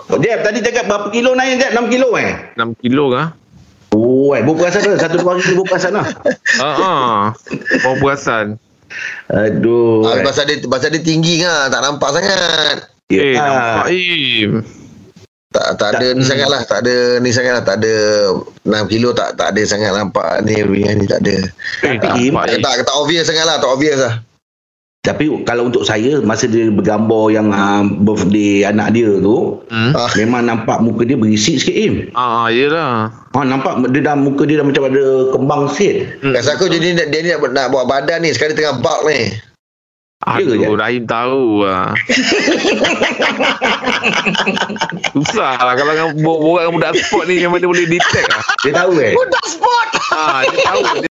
Oh, Jeb, tadi cakap berapa kilo naik Jeb? 6 kilo eh? 6 kilo kah? Oh, eh, buku asal Satu dua hari buku asal lah. Ha ah. Bawa perasan. Aduh. eh. Ah, pasal dia pasal dia tinggi kan, tak nampak sangat. Eh, Ah. nampak Im. Tak tak ada ni sangatlah, tak ada ni sangatlah, tak ada 6 kilo tak tak ada sangat nampak ni ringan ni tak ada. Eh, Im, nampak Tak Im. tak, tak obvious sangatlah, tak obvious lah. Tapi kalau untuk saya masa dia bergambar yang uh, birthday anak dia tu Hmm? Ah, memang nampak muka dia berisik sikit Im. Ah, ah, yelah. Ha nampak dia dah muka dia dah macam ada kembang sikit. Hmm. rasa aku jadi dia ni nak, nak buat badan ni sekali tengah bulk ni. Aduh, Ya ke, Jeb? Rahim tahu lah. Susah lah kalau dengan borak dengan budak sport ni yang mana boleh detect lah. Dia tahu eh. Budak sport. Ha, dia tahu. Dia